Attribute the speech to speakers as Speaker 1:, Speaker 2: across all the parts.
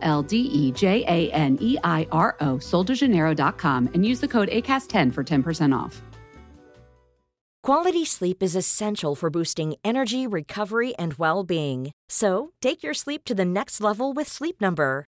Speaker 1: L D E J A N E I R O, soldejaneiro.com, and use the code ACAST10 for 10% off.
Speaker 2: Quality sleep is essential for boosting energy, recovery, and well being. So, take your sleep to the next level with Sleep Number.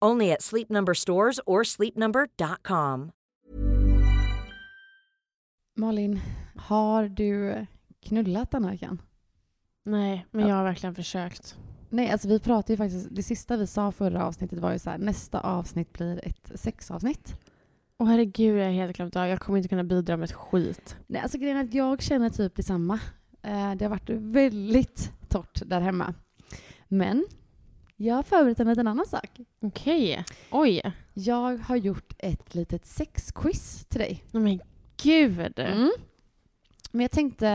Speaker 2: Only at Sleep Number stores or sleepnumber.com.
Speaker 3: Malin, har du eh? knullat den här veckan?
Speaker 4: Nej, men jag har verkligen försökt.
Speaker 3: Nej, alltså vi pratade ju faktiskt, det sista vi sa förra avsnittet var ju så här, nästa avsnitt blir ett sexavsnitt.
Speaker 4: Åh herregud, jag har helt glömt av. Jag kommer inte kunna bidra med ett skit.
Speaker 3: Nej, alltså grejen är att jag känner typ detsamma. Eh, Det har varit väldigt torrt där hemma. Men jag har förberett en liten annan sak.
Speaker 4: Okej. Oj.
Speaker 3: Jag har gjort ett litet sexquiz till dig.
Speaker 4: Nej men gud.
Speaker 3: Men jag tänkte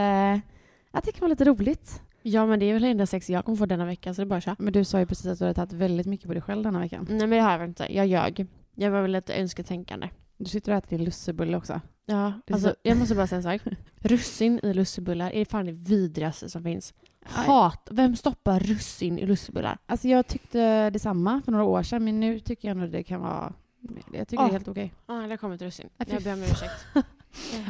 Speaker 3: att det kan vara lite roligt.
Speaker 4: Ja men det är väl det enda sex jag kommer få denna vecka så det är bara att köra.
Speaker 3: Men du sa ju precis att du hade tagit väldigt mycket på dig själv den här veckan.
Speaker 4: Nej men det har jag väl inte. Jag ljög. Jag var väl lite önsketänkande.
Speaker 3: Du sitter och äter din lussebulle också.
Speaker 4: Ja,
Speaker 3: Det är
Speaker 4: alltså
Speaker 3: så-
Speaker 4: jag måste bara säga en sak. Russin i lussebullar är fan det vidrigaste som finns.
Speaker 3: Aj.
Speaker 4: Hat. Vem stoppar russin i lussebullar?
Speaker 3: Alltså jag tyckte detsamma för några år sedan, men nu tycker jag nog det kan vara... Jag tycker det
Speaker 4: Ah.
Speaker 3: är helt okej.
Speaker 4: Ja, ah, där kommer ett russin.
Speaker 3: Ja, fy
Speaker 4: Jag ber om ursäkt.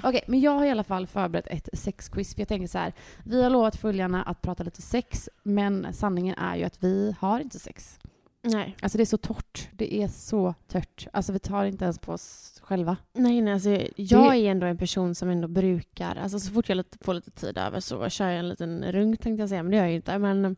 Speaker 3: Okej, men jag har i alla fall förberett ett sexquiz, för jag tänker så här. Vi har lovat följarna att prata lite sex, men sanningen är ju att vi har inte sex.
Speaker 4: Nej.
Speaker 3: Alltså det är så torrt. Det är så tört. Alltså vi tar inte ens på oss själva.
Speaker 4: Nej, nej, alltså jag är ändå en person som ändå brukar, alltså så fort jag lite, får lite tid över så kör jag en liten runk tänkte jag säga, men det gör jag ju inte. Men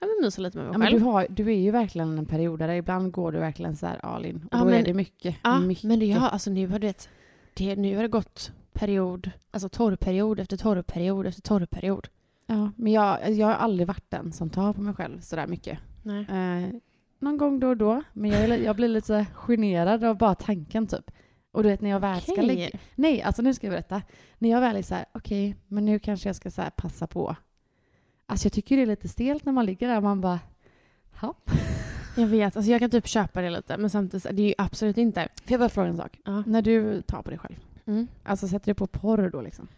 Speaker 4: jag myser lite med mig
Speaker 3: Ja,
Speaker 4: själv.
Speaker 3: men du, har, du är ju verkligen en periodare. Ibland går du verkligen så här Alin, och
Speaker 4: Ja,
Speaker 3: då är
Speaker 4: men-
Speaker 3: det mycket,
Speaker 4: Ja,
Speaker 3: mycket.
Speaker 4: men det, jag, alltså nu har du vet, det, nu har det gått period, alltså torrperiod efter torrperiod efter torrperiod.
Speaker 3: Ja, men jag, jag har aldrig varit den som tar på mig själv så där mycket.
Speaker 4: Nej.
Speaker 3: Eh, någon gång då och då. Men jag, är li- jag blir lite så här generad av bara tanken typ. Och du vet när jag väl ska
Speaker 4: Okej.
Speaker 3: lägga... Nej, alltså nu ska jag berätta. När jag väl är så här, okej, men nu kanske jag ska så här passa på. Alltså jag tycker det är lite stelt när man ligger där och man bara, hopp.
Speaker 4: Jag vet, alltså jag kan typ köpa det lite, men samtidigt, det är ju absolut inte.
Speaker 3: Får jag bara fråga en sak?
Speaker 4: Ja.
Speaker 3: När du tar på dig själv,
Speaker 4: Mm.
Speaker 3: alltså sätter du på porr då liksom?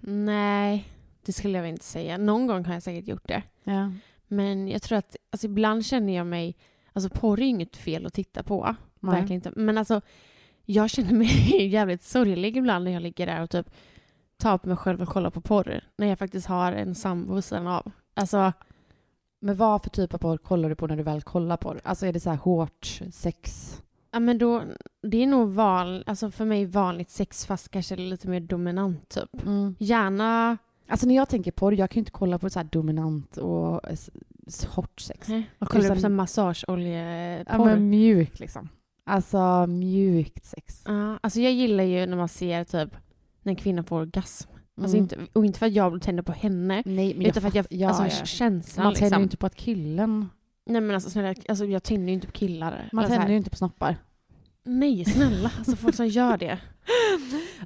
Speaker 4: Nej, det skulle jag väl inte säga. Någon gång har jag säkert gjort det.
Speaker 3: Ja.
Speaker 4: Men jag tror att, alltså ibland känner jag mig, alltså porr är ju inget fel att titta på.
Speaker 3: Nej.
Speaker 4: Verkligen inte. Men alltså, jag känner mig jävligt sorglig ibland när jag ligger där och typ tar på mig själv och kollar på porr. När jag faktiskt har en sambo vid sidan av. Alltså,
Speaker 3: Men vad för typ av porr kollar du på när du väl kollar porr? Alltså är det så här hårt sex?
Speaker 4: ja men då, det är nog van, alltså för mig vanligt sex fast kanske lite mer dominant typ. Gärna,
Speaker 3: Alltså när jag tänker porr, jag kan ju inte kolla på så här dominant och eh, s- s- hårt sex.
Speaker 4: vad kollar du på
Speaker 3: Utan-
Speaker 4: sån massageoljeporr?
Speaker 3: Ja, men mjuk liksom. Alltså mjukt sex.
Speaker 4: Ja, alltså jag gillar ju när man ser typ när en kvinna får orgasm. Alltså
Speaker 3: Mm.
Speaker 4: inte, och inte för att jag tänder på henne,
Speaker 3: Nej, men
Speaker 4: utan för att jag,
Speaker 3: fatt- ja,
Speaker 4: alltså
Speaker 3: ja.
Speaker 4: känslan
Speaker 3: Man tänder
Speaker 4: liksom.
Speaker 3: ju inte på att killen...
Speaker 4: Nej men alltså snälla, alltså, jag tänder ju inte på killar.
Speaker 3: Man
Speaker 4: Eller så Alltså, här.
Speaker 3: tänder ju inte på snoppar.
Speaker 4: Nej snälla, alltså folk som gör det.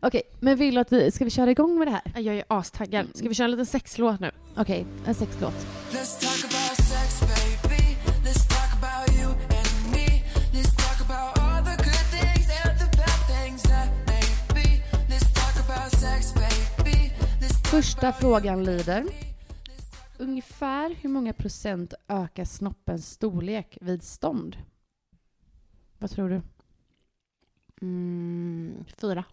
Speaker 3: Okej, men vill du att vi... Ska vi köra igång med det här?
Speaker 4: Jag är astaggad. Ska vi köra en liten sexlåt nu?
Speaker 3: Okej, en sexlåt.
Speaker 5: Let's talk about sex, baby. Let's talk about you and me. Let's talk about all the good things and the bad things that may be. Let's talk about sex, baby. Let's talk
Speaker 3: Första
Speaker 5: about
Speaker 3: frågan lyder. Ungefär hur många procent ökar snoppens storlek vid stånd? Vad tror du?
Speaker 4: Mm, fyra.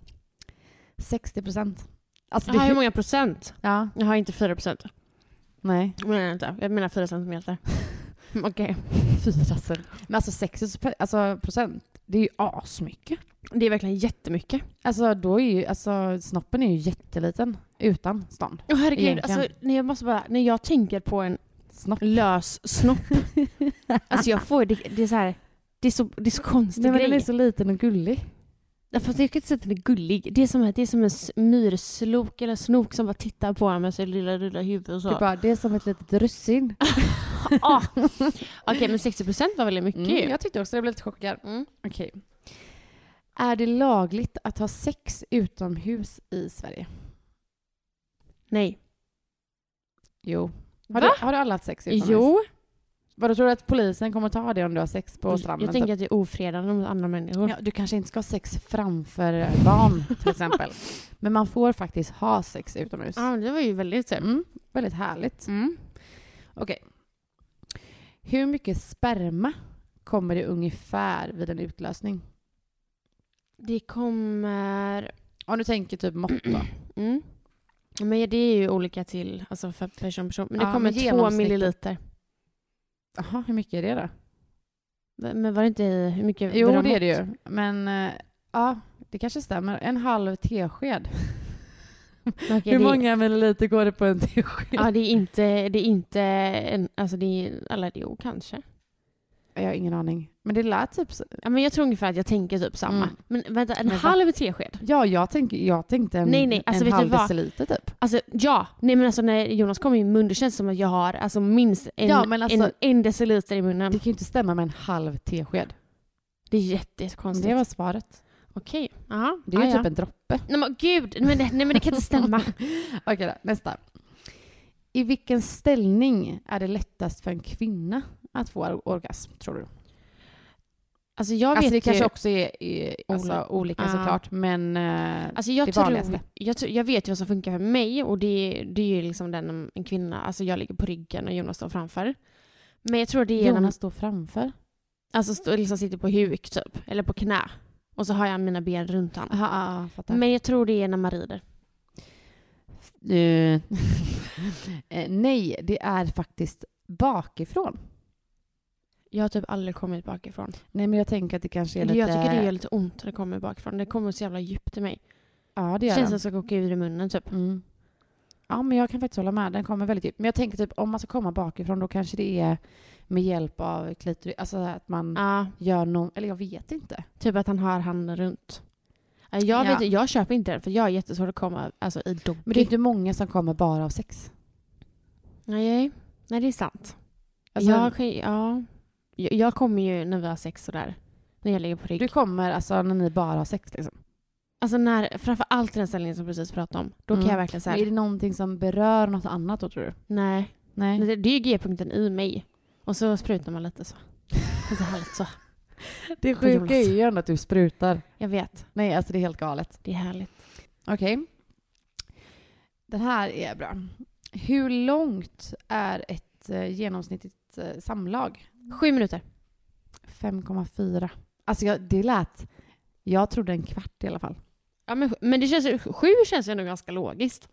Speaker 3: 60 procent. Alltså det...
Speaker 4: Jaha, hur många procent?
Speaker 3: Ja,
Speaker 4: Jag har inte fyra procent.
Speaker 3: nej.
Speaker 4: Jag menar inte. Jag menar fyra centimeter. Okej.
Speaker 3: Fyra cent. Men alltså 60 spe- alltså, procent, det är ju asmycket.
Speaker 4: Det är verkligen jättemycket.
Speaker 3: Alltså då är ju, alltså snoppen är ju jätteliten utan stånd.
Speaker 4: Åh herregud,
Speaker 3: Egentligen.
Speaker 4: alltså, när jag måste bara, när jag tänker på en
Speaker 3: Snopp.
Speaker 4: lös snopp. alltså jag får, det, det är så här, det är så, det är så konstig
Speaker 3: Nej men
Speaker 4: grej.
Speaker 3: den är så liten och gullig.
Speaker 4: Ja, Fast jag kan inte säga att den är gullig. Det är som, det är som en s- myrslok eller snok som bara tittar på en med sitt lilla, lilla huvud och
Speaker 3: Det
Speaker 4: så.
Speaker 3: är, bara, det är som ett litet russin.
Speaker 4: ah. Okej, men 60% var väldigt mycket ju.
Speaker 3: jag tyckte också det blev lite chockad.
Speaker 4: Mm.
Speaker 3: Okej. Är det lagligt att ha sex utomhus i Sverige?
Speaker 4: Nej.
Speaker 3: Jo. Har,
Speaker 4: Va?
Speaker 3: du, har du alla haft sex utomhus?
Speaker 4: Jo.
Speaker 3: Vadå, tror du att polisen kommer ta det om du har sex på stranden? typ.
Speaker 4: jag tänker att det är ofredande mot andra människor.
Speaker 3: Ja, du kanske inte ska ha sex framför barn till exempel. Men man får faktiskt ha sex utomhus.
Speaker 4: Ja, det var ju väldigt så. här-
Speaker 3: Mm, väldigt härligt.
Speaker 4: Mm.
Speaker 3: Okej. Hur mycket sperma kommer det ungefär vid en utlösning?
Speaker 4: Det kommer...
Speaker 3: Om du tänker typ mått då.
Speaker 4: Mm. Men det är ju olika till, alltså för person person. Men det
Speaker 3: Ja,
Speaker 4: kommer
Speaker 3: men
Speaker 4: två
Speaker 3: genomsnittet.
Speaker 4: milliliter.
Speaker 3: Jaha, hur mycket är det då?
Speaker 4: Men var det inte i, hur mycket?
Speaker 3: Jo,
Speaker 4: var
Speaker 3: det är det ju. Men eh, ja, det kanske stämmer. En halv tesked.
Speaker 4: Okej, det
Speaker 3: hur
Speaker 4: är-
Speaker 3: många milliliter går det på en tesked?
Speaker 4: Ja, det är inte, det är inte en, alltså det är, eller jo kanske.
Speaker 3: Jag har ingen aning. Men det lät typ så.
Speaker 4: Ja, men jag tror ungefär att jag tänker typ samma.
Speaker 3: Mm.
Speaker 4: Men vänta, en
Speaker 3: Men va?
Speaker 4: halv tesked?
Speaker 3: Ja, jag, tänk, jag tänkte en,
Speaker 4: Nej, nej, alltså
Speaker 3: en
Speaker 4: vet du
Speaker 3: halv
Speaker 4: vad?
Speaker 3: deciliter typ.
Speaker 4: Alltså ja, nej men alltså när Jonas kommer i mun det känns som att jag har alltså minst en,
Speaker 3: Ja, men alltså-
Speaker 4: en, en deciliter i munnen.
Speaker 3: Det
Speaker 4: Det,
Speaker 3: kan ju inte stämma med en halv tesked.
Speaker 4: är jättekonstigt.
Speaker 3: Det var svaret.
Speaker 4: Okej, ja.
Speaker 3: Det är ju
Speaker 4: ja.
Speaker 3: typ en droppe.
Speaker 4: Nej men gud, nej men, det, nej men det kan inte stämma.
Speaker 3: Okej då, nästa. I vilken ställning är det lättast för en kvinna att få or- orgasm, tror du?
Speaker 4: Alltså jag vet
Speaker 3: Alltså det
Speaker 4: ju,
Speaker 3: kanske också är, är alltså, olika
Speaker 4: Ah.
Speaker 3: såklart, men... eh,
Speaker 4: Alltså jag,
Speaker 3: Det
Speaker 4: tror,
Speaker 3: vanligaste.
Speaker 4: jag, tror- jag vet ju vad som funkar för mig och det, det är ju liksom den om en kvinna, alltså jag ligger på ryggen och Jonas står framför. Men jag tror det är när man
Speaker 3: Jonas står framför.
Speaker 4: alltså, står- liksom sitter på huk typ, eller på knä. Och så har jag mina ben runt honom.
Speaker 3: Aha, ah, ah, fattar.
Speaker 4: Men jag tror det är när man rider.
Speaker 3: Eh, eh, nej, det är faktiskt bakifrån.
Speaker 4: Jag har typ aldrig kommit bakifrån.
Speaker 3: Nej, men jag tänker att det kanske är
Speaker 4: Eller
Speaker 3: lite...
Speaker 4: Jag tycker det gör lite ont när det kommer bakifrån. Det kommer så jävla djupt i mig.
Speaker 3: Ja, det
Speaker 4: Det
Speaker 3: gör
Speaker 4: känns som
Speaker 3: den.
Speaker 4: att jag ska åka ur i munnen typ.
Speaker 3: Mm. Ja, men jag kan faktiskt hålla med. Den kommer väldigt djupt. Men jag tänker typ om man ska komma bakifrån då kanske det är med hjälp av klitoris. Alltså att man
Speaker 4: Ja,
Speaker 3: gör någon... Eller jag vet inte.
Speaker 4: typ att han har handen runt. Ja, Jag,
Speaker 3: Ja.
Speaker 4: vet, jag köper inte det för jag har jättesvårt att komma alltså, i doggy.
Speaker 3: Men det är inte många som kommer bara av sex.
Speaker 4: Nej, nej det är sant.
Speaker 3: Alltså,
Speaker 4: jag, kan- ja, jag, jag kommer ju när vi har sex sådär. När jag ligger på rygg.
Speaker 3: Du kommer alltså när ni bara har sex liksom.
Speaker 4: Alltså när, framför allt den här ställningen som vi precis pratade om. Då
Speaker 3: Mm.
Speaker 4: kan jag verkligen
Speaker 3: Men är
Speaker 4: säga
Speaker 3: det någonting som berör något annat då tror du?
Speaker 4: nej.
Speaker 3: Nej.
Speaker 4: Det, det är ju G-punkten i mig. Och så sprutar man lite så. Lite härligt så.
Speaker 3: Det
Speaker 4: sjuka är ju
Speaker 3: ändå att du sprutar.
Speaker 4: Jag vet.
Speaker 3: Nej, alltså det är helt galet.
Speaker 4: Det är härligt.
Speaker 3: Okej. Den här är bra. Hur långt är ett eh, genomsnittligt eh, samlag?
Speaker 4: Sju minuter.
Speaker 3: 5,4. Alltså jag, det lät... Jag trodde en kvart i alla fall.
Speaker 4: Ja, men, men det känns, ju- sju känns ju ändå ganska logiskt.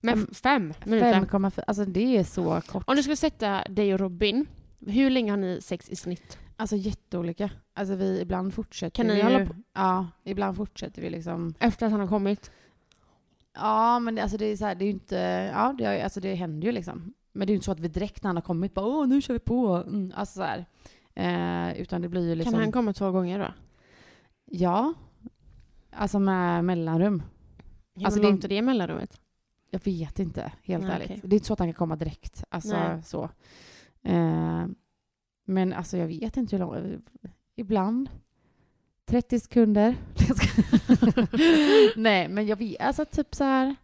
Speaker 4: Men
Speaker 3: Mm.
Speaker 4: f- fem minuter.
Speaker 3: 5,4. Alltså det är så kort.
Speaker 4: Om du skulle sätta dig och Robin, hur länge har ni sex i snitt?
Speaker 3: Alltså jätteolika. Alltså vi ibland fortsätter
Speaker 4: Kan ni
Speaker 3: vi
Speaker 4: hålla på?
Speaker 3: Ja, ibland fortsätter vi liksom.
Speaker 4: Efter att han har kommit?
Speaker 3: Ja, men det, alltså det är så här, det är ju inte... Ja, det, har- alltså det händer ju liksom. Men det är ju inte så att vi direkt när han har kommit bara åh nu kör vi på. Mm, alltså så här. Eh, utan det blir ju liksom...
Speaker 4: Kan han komma två gånger då?
Speaker 3: Ja. Alltså med mellanrum. Alltså,
Speaker 4: Hur alltså,
Speaker 3: det är
Speaker 4: långt är det mellanrummet?
Speaker 3: Jag vet inte, helt
Speaker 4: Nej,
Speaker 3: ärligt.
Speaker 4: okej.
Speaker 3: Det är inte så att han kan komma direkt. Alltså,
Speaker 4: Nej.
Speaker 3: så. Eh, men alltså, jag vet inte hur långt. Ibland. 30 sekunder. Jag ska- Nej, men jag vet. Alltså typ så här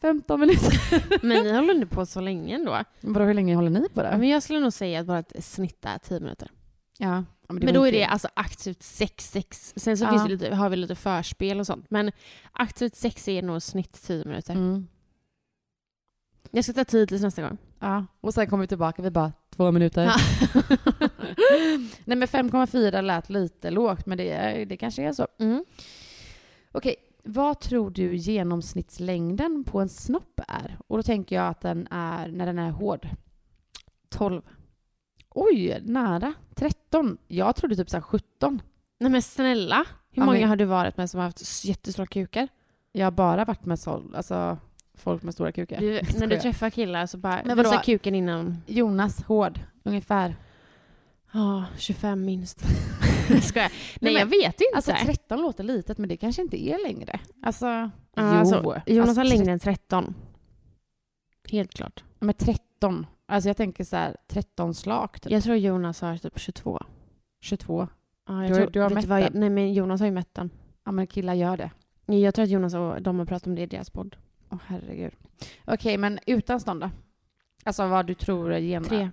Speaker 3: 15 minuter.
Speaker 4: Men ni håller inte på så länge ändå.
Speaker 3: Vadå, hur länge håller ni på
Speaker 4: Ja,
Speaker 3: det?
Speaker 4: men jag skulle nog säga att vårt snitt är tio minuter.
Speaker 3: Ja.
Speaker 4: Men, då är det alltså aktivt sex, sex. Sen så
Speaker 3: Ja.
Speaker 4: finns det lite, har vi lite förspel och sånt. Men aktivt sex är nog snitt tio minuter.
Speaker 3: Mm.
Speaker 4: Jag ska ta tid till nästa gång.
Speaker 3: Ja. Och sen kommer vi tillbaka, vi bara två minuter.
Speaker 4: Ja.
Speaker 3: Nej men 5,4 lät lite lågt, men det, är- det kanske är så.
Speaker 4: Mm.
Speaker 3: Okej, vad tror du genomsnittslängden på en snopp är? Och då tänker jag att den är när den är hård.
Speaker 4: 12.
Speaker 3: Oj, nära. 13. Jag trodde typ så här 17.
Speaker 4: Nej men snälla. Hur
Speaker 3: Ja,
Speaker 4: många
Speaker 3: men-
Speaker 4: har du varit med som har haft s- jättestora kukar?
Speaker 3: Jag har bara varit med sol, alltså folk med stora kukar.
Speaker 4: Du, när du
Speaker 3: Skojar.
Speaker 4: träffar killar så bara
Speaker 3: Men
Speaker 4: men
Speaker 3: vadå?
Speaker 4: visa kuken innan.
Speaker 3: Jonas Hård, ungefär.
Speaker 4: Ja, 25 minst. Skojar. Nej,
Speaker 3: Nej, men-
Speaker 4: jag vet inte.
Speaker 3: Alltså 13 låter litet, men det kanske inte är längre. Alltså,
Speaker 4: Ja,
Speaker 3: jo.
Speaker 4: alltså, Jonas
Speaker 3: Alltså,
Speaker 4: har längre än 13. Helt klart.
Speaker 3: Men 13. Alltså jag tänker så här, 13 slakt.
Speaker 4: Jag tror Jonas har typ 22.
Speaker 3: 22.
Speaker 4: Ja, jag
Speaker 3: Du har-
Speaker 4: tror,
Speaker 3: du har
Speaker 4: vet
Speaker 3: mätt
Speaker 4: vad jag,
Speaker 3: den.
Speaker 4: Nej men Jonas har ju mätt den.
Speaker 3: Ja men killar gör det.
Speaker 4: Jag tror att Jonas och de har pratat om det i deras podd.
Speaker 3: Åh herregud. Okej, men utan stånd då? Alltså vad du tror är gena.
Speaker 4: Tre.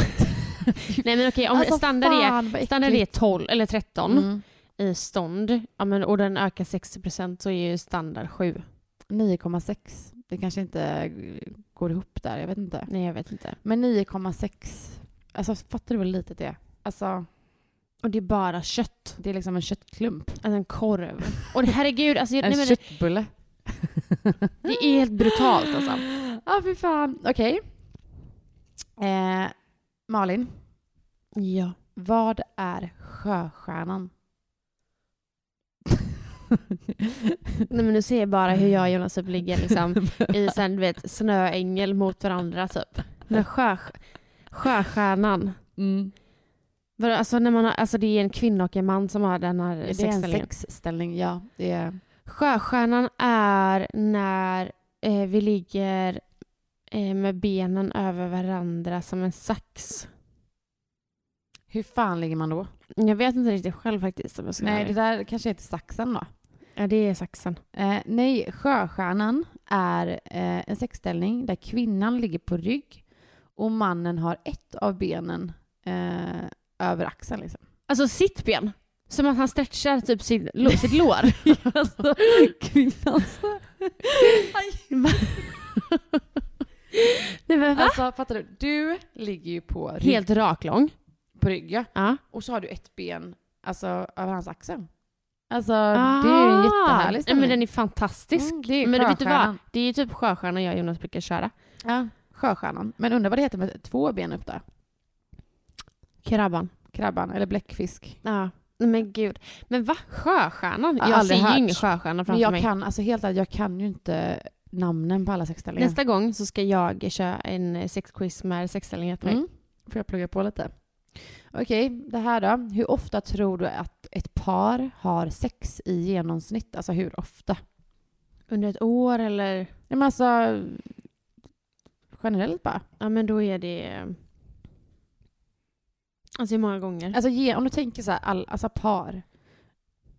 Speaker 4: Nej men okej, om
Speaker 3: Alltså,
Speaker 4: standard, är,
Speaker 3: fan, vad
Speaker 4: standard är
Speaker 3: äckligt.
Speaker 4: 12 eller 13
Speaker 3: Mm.
Speaker 4: i stånd ja, men, och den ökar 60% så är ju standard 7.
Speaker 3: 9,6. Det kanske inte går ihop där, jag vet inte.
Speaker 4: Nej jag vet inte.
Speaker 3: Men 9,6. Alltså fattar du vad litet det är? Alltså,
Speaker 4: Och det är bara kött.
Speaker 3: det är liksom en köttklump.
Speaker 4: Alltså en korv. Och herregud, alltså, jag,
Speaker 3: En
Speaker 4: nej, men, det,
Speaker 3: köttbulle.
Speaker 4: det är helt brutalt alltså.
Speaker 3: Ja, fy fan. Okej. Eh, Malin,
Speaker 4: Ja.
Speaker 3: vad är sjöstjärnan?
Speaker 4: Nej men du ser bara hur jag och Jonas typ ligger liksom i sen, du vet, snöängel mot varandra typ. När sjö, sjöstjärnan.
Speaker 3: Mm.
Speaker 4: Vadå, Alltså, när man har, alltså det är en kvinna och en man som har den här
Speaker 3: Det är en
Speaker 4: sexställningen.
Speaker 3: sexställning, ja. Det är...
Speaker 4: Sjöstjärnan är när eh, vi ligger eh, med benen över varandra som en sax.
Speaker 3: Hur fan ligger man då?
Speaker 4: Jag vet inte riktigt själv faktiskt om jag ska
Speaker 3: Nej,
Speaker 4: vara
Speaker 3: det
Speaker 4: ärlig.
Speaker 3: där kanske heter saxen då.
Speaker 4: Ja, det är saxen.
Speaker 3: Eh, nej, sjöstjärnan är eh, en sexställning där kvinnan ligger på rygg och mannen har ett av benen eh, över axeln. Liksom.
Speaker 4: Alltså sitt ben. Som att han stretchar typ sin, lo, sitt lår.
Speaker 3: alltså, kvinnans...
Speaker 4: Nej, men, va?
Speaker 3: Alltså, fattar du? Du ligger ju på rygg,
Speaker 4: Helt raklång.
Speaker 3: på rygg ja.
Speaker 4: Ja.
Speaker 3: och så har du ett ben alltså, över hans axel. Alltså, det är ju en jättehärlig
Speaker 4: Nej,
Speaker 3: ställning.
Speaker 4: Ah. men Den är fantastisk.
Speaker 3: Mm, det är
Speaker 4: men vet du vad?
Speaker 3: sjöstjärnan.
Speaker 4: Det är ju typ sjöstjärnan jag och Jonas brukar köra.
Speaker 3: ja, sjöstjärnan. Men undrar vad det heter med två ben upp där?
Speaker 4: Krabban.
Speaker 3: Krabban eller bläckfisk?
Speaker 4: Ja. Nej, Men gud. Men va? Sjöstjärnan?
Speaker 3: Jag har
Speaker 4: Jag
Speaker 3: aldrig
Speaker 4: ser
Speaker 3: hört.
Speaker 4: ju ingen sjöstjärna
Speaker 3: Men
Speaker 4: framför
Speaker 3: jag
Speaker 4: mig.
Speaker 3: kan, alltså helt ärligt, jag kan ju inte namnen på alla sexställningar.
Speaker 4: Nästa gång så ska jag köra en eh, sexquiz med sexställningar på dig.
Speaker 3: Mm. Får jag plugga på lite? Okej, det här då. Hur ofta tror du att ett par har sex i genomsnitt? Alltså hur ofta?
Speaker 4: Under ett år eller?
Speaker 3: Ja, men alltså, generellt bara.
Speaker 4: Ja men då är det... eh, Alltså hur många gånger?
Speaker 3: Alltså, ge, om du tänker så här, all, alltså par.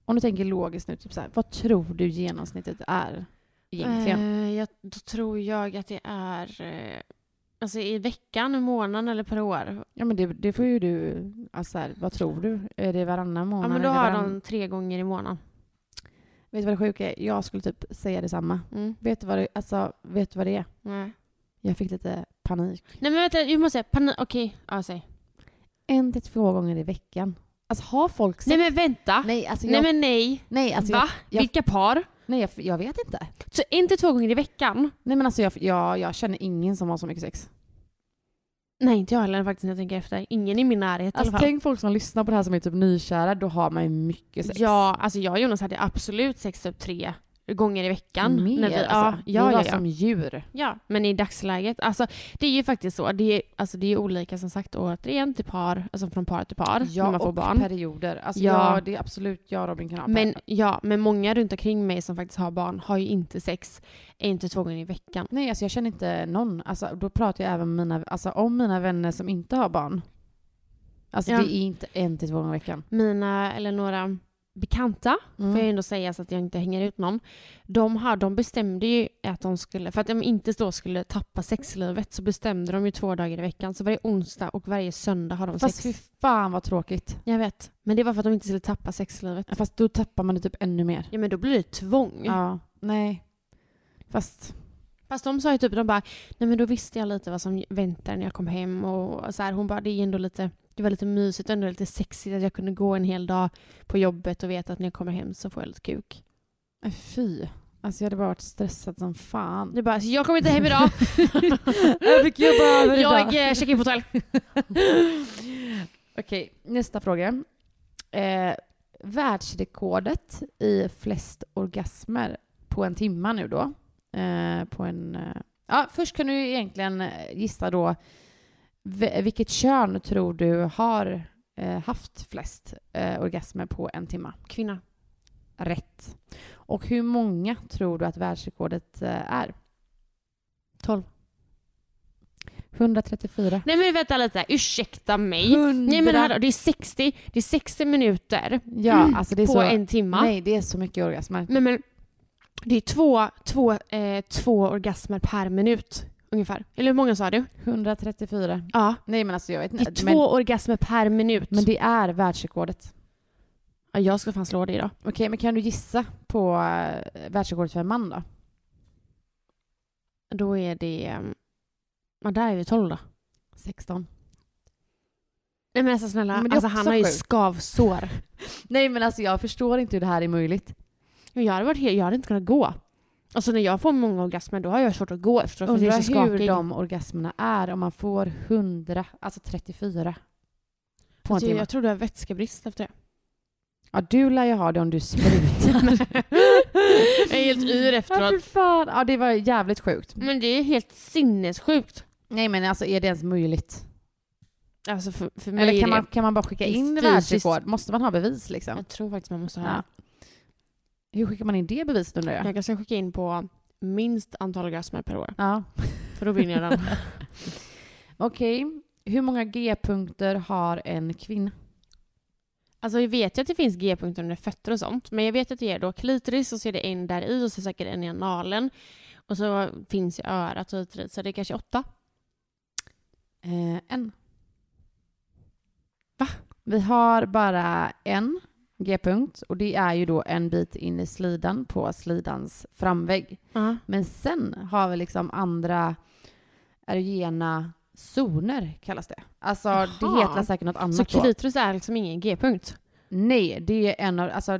Speaker 3: Om du tänker logiskt nu, typ så här, vad tror du genomsnittet är egentligen?
Speaker 4: Eh, jag, då tror jag att det är... eh, Alltså i veckan, i månaden eller per år?
Speaker 3: Ja, men det, det får ju du... Alltså, så här, vad tror du? Är det varannan månad?
Speaker 4: Ja men då
Speaker 3: eller
Speaker 4: har
Speaker 3: varann-
Speaker 4: de tre gånger i månaden.
Speaker 3: Vet du vad det sjuka är? Jag skulle typ säga detsamma.
Speaker 4: Mm.
Speaker 3: Vet du vad det, alltså, vet du vad det är?
Speaker 4: Nej.
Speaker 3: Jag fick lite panik.
Speaker 4: Nej men vänta, jag måste säga panik. Okej, ja säg.
Speaker 3: en till två gånger i veckan. Alltså har folk sex?
Speaker 4: Nej men vänta! Nej,
Speaker 3: nej, alltså jag,
Speaker 4: men nej!
Speaker 3: nej, alltså
Speaker 4: Va?
Speaker 3: jag, jag-
Speaker 4: Vilka par?
Speaker 3: nej jag, jag vet inte.
Speaker 4: Så inte två gånger i veckan?
Speaker 3: Nej men alltså jag, jag, jag känner ingen som har så mycket sex.
Speaker 4: Nej inte jag heller faktiskt när jag tänker efter. Ingen i min närhet i alla
Speaker 3: Alltså
Speaker 4: fall.
Speaker 3: tänk folk som lyssnar på det här som är typ nykära, då har man ju mycket sex.
Speaker 4: Ja, alltså jag och Jonas hade absolut sex typ tre gånger i veckan.
Speaker 3: Mer
Speaker 4: När vi,
Speaker 3: alltså.
Speaker 4: ja, ja,
Speaker 3: vi var
Speaker 4: ja, ja.
Speaker 3: som djur.
Speaker 4: ja, men i dagsläget. Alltså, det är ju faktiskt så. Det är, alltså, det är olika som sagt återigen till par, alltså från par till par när man får
Speaker 3: och
Speaker 4: barn.
Speaker 3: perioder. Alltså ja.
Speaker 4: Ja.
Speaker 3: det är absolut jag och Robin kan ha
Speaker 4: Men,
Speaker 3: per-
Speaker 4: ja, men många runt omkring mig som faktiskt har barn har ju inte sex, är inte två gånger i veckan.
Speaker 3: Nej alltså jag känner inte någon. Alltså, då pratar jag även mina, alltså, om mina vänner som inte har barn. Alltså
Speaker 4: Ja.
Speaker 3: det är inte en till två gånger i veckan. Mm.
Speaker 4: Mina, eller några bekanta, får jag ju ändå säga så att jag inte hänger ut någon. De, här, de bestämde ju att de skulle, för att de inte då skulle tappa sexlivet så bestämde de ju två dagar i veckan. Så varje onsdag och varje söndag har de
Speaker 3: Fast fy
Speaker 4: sex.
Speaker 3: fan vad tråkigt.
Speaker 4: Jag vet. Men det var för att de inte skulle tappa sexlivet.
Speaker 3: Fast då tappar man det typ ännu mer.
Speaker 4: Ja men då blir det tvång.
Speaker 3: Ja, nej. Fast
Speaker 4: Fast de sa ju typ, de bara, nej men då visste jag lite vad som väntar när jag kom hem och så här. Hon bara, det är ändå lite, det var lite mysigt ändå lite sexigt att jag kunde gå en hel dag på jobbet och veta att när jag kommer hem så får jag lite kuk.
Speaker 3: äh, fy. Alltså jag hade bara varit stressad som fan.
Speaker 4: Du bara, "Så jag kommer inte hem idag.
Speaker 3: jag fick jobba över idag.
Speaker 4: jag eh, checkar in på hotell.
Speaker 3: Okej, nästa fråga. Eh, världsrekordet i flest orgasmer på en timma nu då. Eh, på en, eh, ja, först kan du ju egentligen eh, gissa då v- vilket kön tror du har eh, haft flest eh, orgasmer på en timma?
Speaker 4: Kvinna.
Speaker 3: Rätt. Och hur många tror du att världsrekordet eh, är?
Speaker 4: 12.
Speaker 3: 134.
Speaker 4: Nej men vänta lite, ursäkta mig.
Speaker 3: 100.
Speaker 4: Nej men här, det är 60, det är 60 minuter
Speaker 3: ja, alltså det är
Speaker 4: på
Speaker 3: så,
Speaker 4: en Mm. timma.
Speaker 3: Nej, det är så mycket orgasmer.
Speaker 4: Men, men, det är två, två, eh, två orgasmer per minut ungefär. Eller hur många sa du?
Speaker 3: 134.
Speaker 4: Ja.
Speaker 3: Nej men alltså jag vet
Speaker 4: Det
Speaker 3: inte.
Speaker 4: är två
Speaker 3: men,
Speaker 4: orgasmer per minut.
Speaker 3: men det är världsrekordet.
Speaker 4: ja, jag ska fan slå det idag.
Speaker 3: Okej, men kan du gissa på eh, världsrekordet för en man då?
Speaker 4: Då är det... eh, Ja, där är vi 12 då.
Speaker 3: 16.
Speaker 4: Nej men alltså snälla,
Speaker 3: Men det är
Speaker 4: alltså,
Speaker 3: också
Speaker 4: han har ju
Speaker 3: sjukt.
Speaker 4: skavsår.
Speaker 3: Nej men alltså jag förstår inte hur det här är möjligt.
Speaker 4: Men jag hade, varit, helt- jag hade inte kunnat gå. Alltså när jag får många orgasmer då har jag svårt att gå efteråt för jag är så
Speaker 3: Undrar hur
Speaker 4: skakig.
Speaker 3: de orgasmerna är om man får 100, alltså 34. På en
Speaker 4: alltså,
Speaker 3: timme.
Speaker 4: jag tror du har vätskebrist efter det.
Speaker 3: Ja du lär ju ha det om du sprutar.
Speaker 4: Jag är helt yr
Speaker 3: ja för
Speaker 4: efteråt. Mm.
Speaker 3: fan. Ja det var jävligt sjukt.
Speaker 4: Men det är helt sinnessjukt.
Speaker 3: Nej men alltså är det ens möjligt?
Speaker 4: Alltså för, för mig
Speaker 3: Eller
Speaker 4: är
Speaker 3: kan
Speaker 4: det...
Speaker 3: man, kan man bara skicka in
Speaker 4: fysiskt-
Speaker 3: världsrekord? Måste man ha bevis liksom?
Speaker 4: Jag tror faktiskt man måste ha
Speaker 3: Ja. Hur skickar man in det beviset undrar jag?
Speaker 4: Jag ska skicka in på minst antal orgasmer per år.
Speaker 3: Ja.
Speaker 4: För då vinner jag den.
Speaker 3: Okej. Hur många G-punkter har en kvinna?
Speaker 4: Alltså jag vet ju att det finns g-punkter under fötter och sånt. Men jag vet att det är då klitoris och så är det en där i och så säkert en i analen. Och så finns ju örat och hit och dit, Så det är kanske åtta.
Speaker 3: Eh, en. Va? Vi har bara en G-punkt och det är ju då en bit in i slidan på slidans framvägg. Men sen har vi liksom andra erogena zoner kallas det. Alltså det
Speaker 4: Jaha.
Speaker 3: heter säkert något annat
Speaker 4: Så
Speaker 3: då.
Speaker 4: klitoris är liksom ingen g-punkt.
Speaker 3: Nej, det är en av, alltså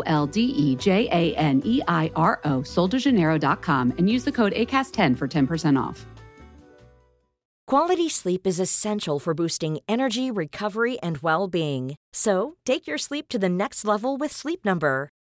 Speaker 1: L D E J A N E I R O, soldejaneiro.com, and use the code ACAST10 for 10% off.
Speaker 2: Quality sleep is essential for boosting energy, recovery, and well being. So, take your sleep to the next level with Sleep Number.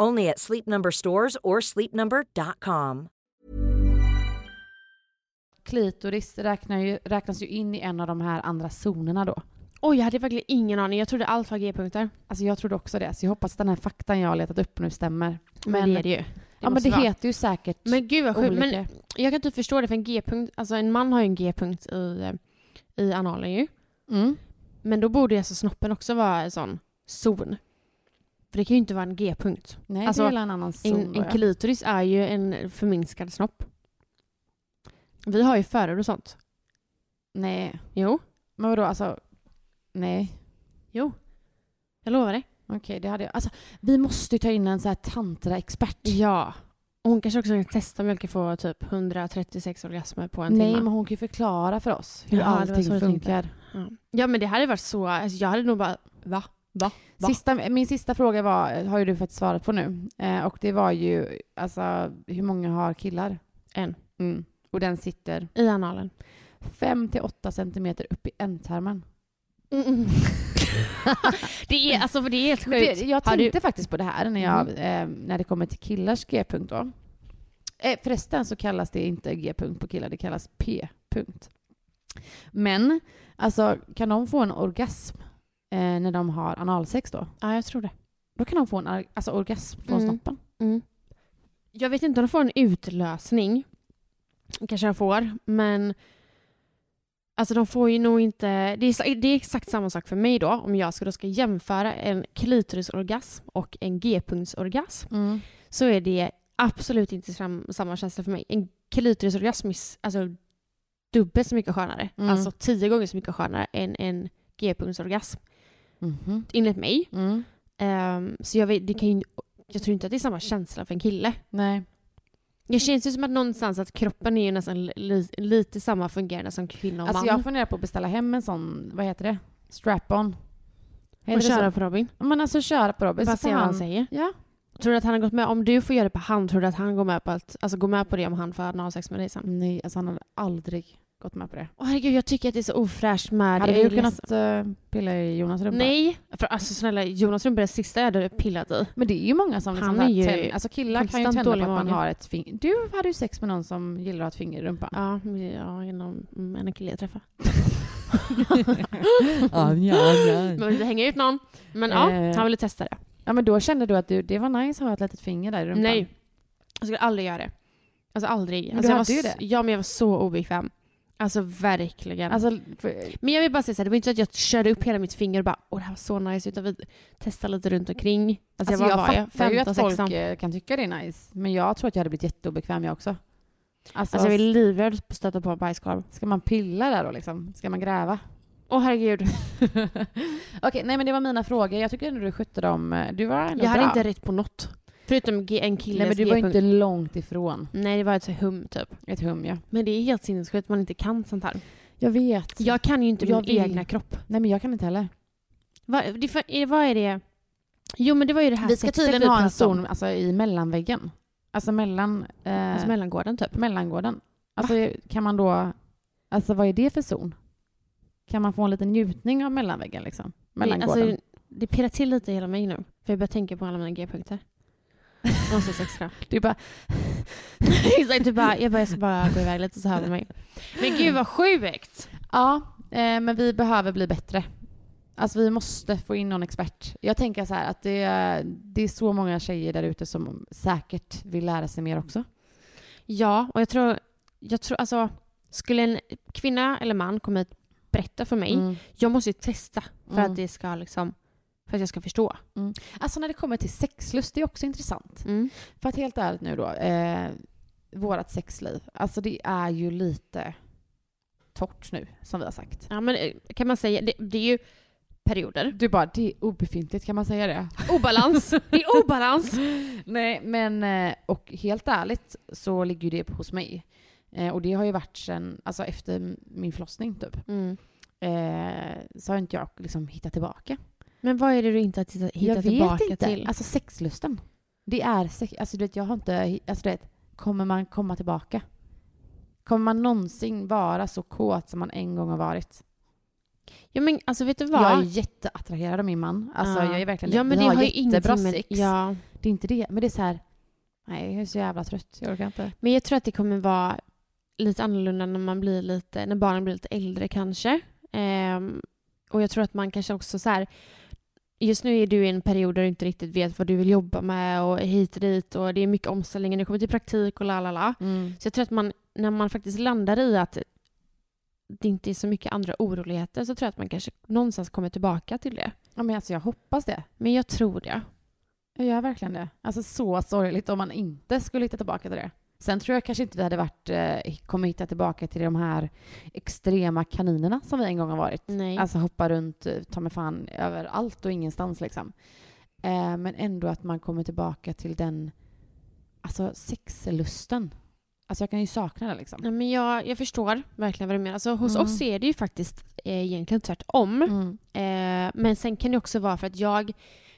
Speaker 2: Only at Sleep Number stores or sleepnumber.com.
Speaker 3: klitoris räknar ju, räknas ju in i en av de här andra zonerna då.
Speaker 4: Oj, jag hade verkligen ingen aning. Jag trodde allt var g-punkter.
Speaker 3: Alltså jag trodde också det, så jag hoppas att den här faktan jag har letat upp nu stämmer.
Speaker 4: Men, det är det ju. Det
Speaker 3: ja, men
Speaker 4: måste
Speaker 3: det
Speaker 4: vara.
Speaker 3: heter ju säkert
Speaker 4: Men gud vad sjukt.
Speaker 3: olika.
Speaker 4: Men jag kan inte förstå det för en g-punkt, alltså en man har ju en g-punkt i, eh, i analen ju.
Speaker 3: Mm.
Speaker 4: Men då borde ju alltså snoppen också vara en sån zon. För det kan ju inte vara en g-punkt.
Speaker 3: Nej,
Speaker 4: alltså,
Speaker 3: det är väl en annan zon.
Speaker 4: En,
Speaker 3: då,
Speaker 4: en
Speaker 3: ja.
Speaker 4: klitoris är ju en förminskad snopp. Vi har ju föror och sånt.
Speaker 3: Nej,
Speaker 4: Jo.
Speaker 3: men vadå alltså? Nej,
Speaker 4: Jo. Jag lovar dig.
Speaker 3: okej det hade jag. Alltså, vi måste ju ta in en så här tantraexpert.
Speaker 4: Ja. Och hon kanske också kan testa om jag kan få typ 136 orgasmer på en
Speaker 3: Nej,
Speaker 4: timme.
Speaker 3: men hon kan ju förklara för oss hur
Speaker 4: Ja, det var så
Speaker 3: allting
Speaker 4: jag tänkte.
Speaker 3: funkar.
Speaker 4: Ja. ja men det hade varit så, alltså, jag hade nog bara va? Va? Va?
Speaker 3: Sista, min sista fråga var, har ju du faktiskt svarat på nu. Eh, och det var ju, alltså hur många har killar?
Speaker 4: En.
Speaker 3: Mm. Och den sitter
Speaker 4: I analen.
Speaker 3: 5 till 8 centimeter upp i ändtarmen.
Speaker 4: Det är, alltså, för det är helt
Speaker 3: Mm, Men det-
Speaker 4: sjukt.
Speaker 3: Jag
Speaker 4: Har du- Mm.
Speaker 3: tänkte faktiskt på det här när, jag, eh, när det kommer till killars g-punkt då. Eh, förresten så kallas det inte g-punkt på killar, det kallas p-punkt. Men, alltså kan de få en orgasm eh, när de har analsex då?
Speaker 4: Ja, jag tror det.
Speaker 3: Då kan de få en ar- alltså, orgasm från
Speaker 4: Mm.
Speaker 3: snoppen.
Speaker 4: Mm. Jag vet inte om de får en utlösning. Kanske de får, men Alltså de får ju nog inte, det är, sa- det är exakt samma sak för mig då om jag ska, då ska jämföra en klitorisorgasm och en g-punktsorgasm så är det absolut inte sam, samma känsla för mig. En klitorisorgasm är s- alltså, dubbelt så mycket skönare,
Speaker 3: Mm.
Speaker 4: alltså tio gånger så mycket skönare än en g-punktsorgasm
Speaker 3: Mhm.
Speaker 4: enligt mig.
Speaker 3: Mm.
Speaker 4: Ehm, så jag, vet, det kan ju, jag tror inte att det är samma känsla för en kille.
Speaker 3: Nej.
Speaker 4: Det känns ju som att någonstans att kroppen är ju nästan li, lite samma fungerande som kvinna och
Speaker 3: Alltså
Speaker 4: man.
Speaker 3: jag funderar på att beställa hem en sån, vad heter det? Strap-on. Heter
Speaker 4: och
Speaker 3: det så?
Speaker 4: köra på Robin.
Speaker 3: Ja, Men alltså köra på Robin.
Speaker 4: Bara
Speaker 3: så
Speaker 4: se
Speaker 3: får
Speaker 4: vad han
Speaker 3: han-
Speaker 4: säger.
Speaker 3: Ja.
Speaker 4: Tror du att han har gått med, om du får göra det på han, tror du att han går med på att, alltså går med på det om han får analsex med dig sen?
Speaker 3: Nej, alltså han hade aldrig gått med på det.
Speaker 4: Åh herregud, jag tycker att det är så ofräscht med...
Speaker 3: Hade
Speaker 4: jag är
Speaker 3: du kunnat eh, pilla i Jonas rumpa?
Speaker 4: Nej, för alltså snälla Jonas Rundberg är det sista jag hade pillat i.
Speaker 3: Men det är ju många som liksom
Speaker 4: Han
Speaker 3: så här
Speaker 4: är ju
Speaker 3: tänd- alltså killar kan ju
Speaker 4: konstant
Speaker 3: tända på
Speaker 4: dålig
Speaker 3: att man
Speaker 4: mage.
Speaker 3: har ett finger. Du hade ju sex med någon som gillar att ha ett finger i rumpan.
Speaker 4: Ja, men- ja genom mm, en kille jag träffade. Man vill inte hänga ut någon. Men ja,
Speaker 3: Eh.
Speaker 4: han ville testa det.
Speaker 3: Ja men då kände du att du, det var nice att ha ett litet finger där i rumpan.
Speaker 4: Nej, jag skulle aldrig göra det. Alltså aldrig.
Speaker 3: Men
Speaker 4: alltså,
Speaker 3: du hade
Speaker 4: jag var
Speaker 3: ju
Speaker 4: s-
Speaker 3: det.
Speaker 4: Ja, men jag var så obekväm. Alltså verkligen.
Speaker 3: Alltså, för,
Speaker 4: men jag vill bara säga så här, det var inte så att jag körde upp hela mitt finger och bara åh det här var så nice, utan vi testade lite runt omkring. Alltså,
Speaker 3: alltså
Speaker 4: jag,
Speaker 3: jag,
Speaker 4: var, var jag?
Speaker 3: fattar ju
Speaker 4: 15,
Speaker 3: att folk
Speaker 4: 16.
Speaker 3: eh, kan tycka det är nice. Men jag tror att jag hade blivit jätteobekväm jag också. Alltså,
Speaker 4: Alltså jag var livrädd att stöta på en bajskorv.
Speaker 3: ska man pilla där då liksom? Ska man gräva?
Speaker 4: Åh herregud.
Speaker 3: Okej, nej men det var mina frågor. Jag tycker ändå du skötte dem. eh, Du var ändå
Speaker 4: Jag hade
Speaker 3: bra.
Speaker 4: inte rätt på något. Förutom G- en killes
Speaker 3: Nej men du var
Speaker 4: G-punkt.
Speaker 3: inte långt ifrån
Speaker 4: Nej, det var ett så hum typ.
Speaker 3: ett hum ja.
Speaker 4: Men det är helt sinnessjukt att man inte kan sånt här.
Speaker 3: Jag vet.
Speaker 4: Jag kan ju inte
Speaker 3: Jag
Speaker 4: min
Speaker 3: vill.
Speaker 4: egna kropp.
Speaker 3: Nej men jag kan inte heller.
Speaker 4: Va, det, för- är- vad är det? Jo, men det var ju det här
Speaker 3: Vi ska
Speaker 4: sexet
Speaker 3: tydligen ha en
Speaker 4: pratade om.
Speaker 3: zon alltså, i mellanväggen. Alltså mellan eh,
Speaker 4: Alltså mellangården typ.
Speaker 3: mellangården. Alltså kan man då... Alltså vad är det för zon? Kan man få en liten njutning av mellanväggen liksom? Mellangården.
Speaker 4: Alltså, det pirrar till lite i hela mig nu. För jag börjar tänka på alla mina g-punkter. Och så sexra.
Speaker 3: det är bara...
Speaker 4: Exakt, du bara, jag bara, jag ska bara gå iväg lite så hör man mig. Men gud vad sjukt!
Speaker 3: Ja, eh, men vi behöver bli bättre. Alltså vi måste få in någon expert. Jag tänker så här att det, är- det är så många tjejer där ute som säkert vill lära sig mer också.
Speaker 4: Ja, och jag tror, jag tror alltså, skulle en kvinna eller man komma hit och berätta för mig,
Speaker 3: Mm.
Speaker 4: jag måste ju testa för
Speaker 3: Mm.
Speaker 4: att det ska liksom, för att jag ska förstå.
Speaker 3: Alltså när det kommer till sexlust, det är också intressant.
Speaker 4: Mm.
Speaker 3: För att helt ärligt nu då, eh, vårt sexliv, alltså det är ju lite torrt nu som vi har sagt.
Speaker 4: Ja, men eh, kan man säga, det, det är ju perioder.
Speaker 3: Du bara, det är obefintligt, kan man säga det?
Speaker 4: Obalans. det är obalans.
Speaker 3: Nej, men eh, och helt ärligt så ligger ju det hos mig. Eh, och det har ju varit sen, alltså efter min förlossning typ,
Speaker 4: Mm.
Speaker 3: eh, så har inte jag liksom hittat tillbaka.
Speaker 4: Men vad är det du inte har titta- hittat
Speaker 3: jag
Speaker 4: tillbaka
Speaker 3: vet inte.
Speaker 4: till?
Speaker 3: Alltså sexlusten. Det är sex, alltså du vet jag har inte, alltså du vet, kommer man komma tillbaka? Kommer man någonsin vara så kåt som man en gång har varit?
Speaker 4: ja, men, alltså, vet du vad?
Speaker 3: Jag är jätteattraherad av min man. Alltså
Speaker 4: Ja.
Speaker 3: jag är verkligen
Speaker 4: ja, men
Speaker 3: vi
Speaker 4: det
Speaker 3: har,
Speaker 4: har ju
Speaker 3: jättebra
Speaker 4: ingenting med,
Speaker 3: sex.
Speaker 4: Ja,
Speaker 3: Det är inte det, men det är så här, nej jag är så jävla trött, jag orkar inte.
Speaker 4: men jag tror att det kommer vara lite annorlunda när man blir lite, när barnen blir lite äldre kanske. Ehm, och jag tror att man kanske också så här, just nu är du i en period där du inte riktigt vet vad du vill jobba med och hit och dit och det är mycket omställningar, det kommer till praktik och la la la. Så jag tror att man, när man faktiskt landar i att det inte är så mycket andra oroligheter så tror jag att man kanske någonstans kommer tillbaka till det.
Speaker 3: Ja men alltså jag hoppas det.
Speaker 4: Men jag tror det.
Speaker 3: Jag gör verkligen det. Alltså så sorgligt om man inte skulle hitta tillbaka till det. Sen tror jag kanske inte vi hade varit, eh, kommit hitta tillbaka till de här extrema kaninerna som vi en gång har varit.
Speaker 4: Nej.
Speaker 3: Alltså hoppa runt, eh, ta mig fan överallt och ingenstans liksom. Eh, men ändå att man kommer tillbaka till den alltså sexlusten. Alltså jag kan ju sakna det liksom.
Speaker 4: Nej, men jag, jag förstår verkligen vad du menar. Alltså, hos
Speaker 3: Mm.
Speaker 4: oss är det ju faktiskt eh, egentligen tvärtom.
Speaker 3: Mm.
Speaker 4: Eh, men sen kan det också vara för att jag,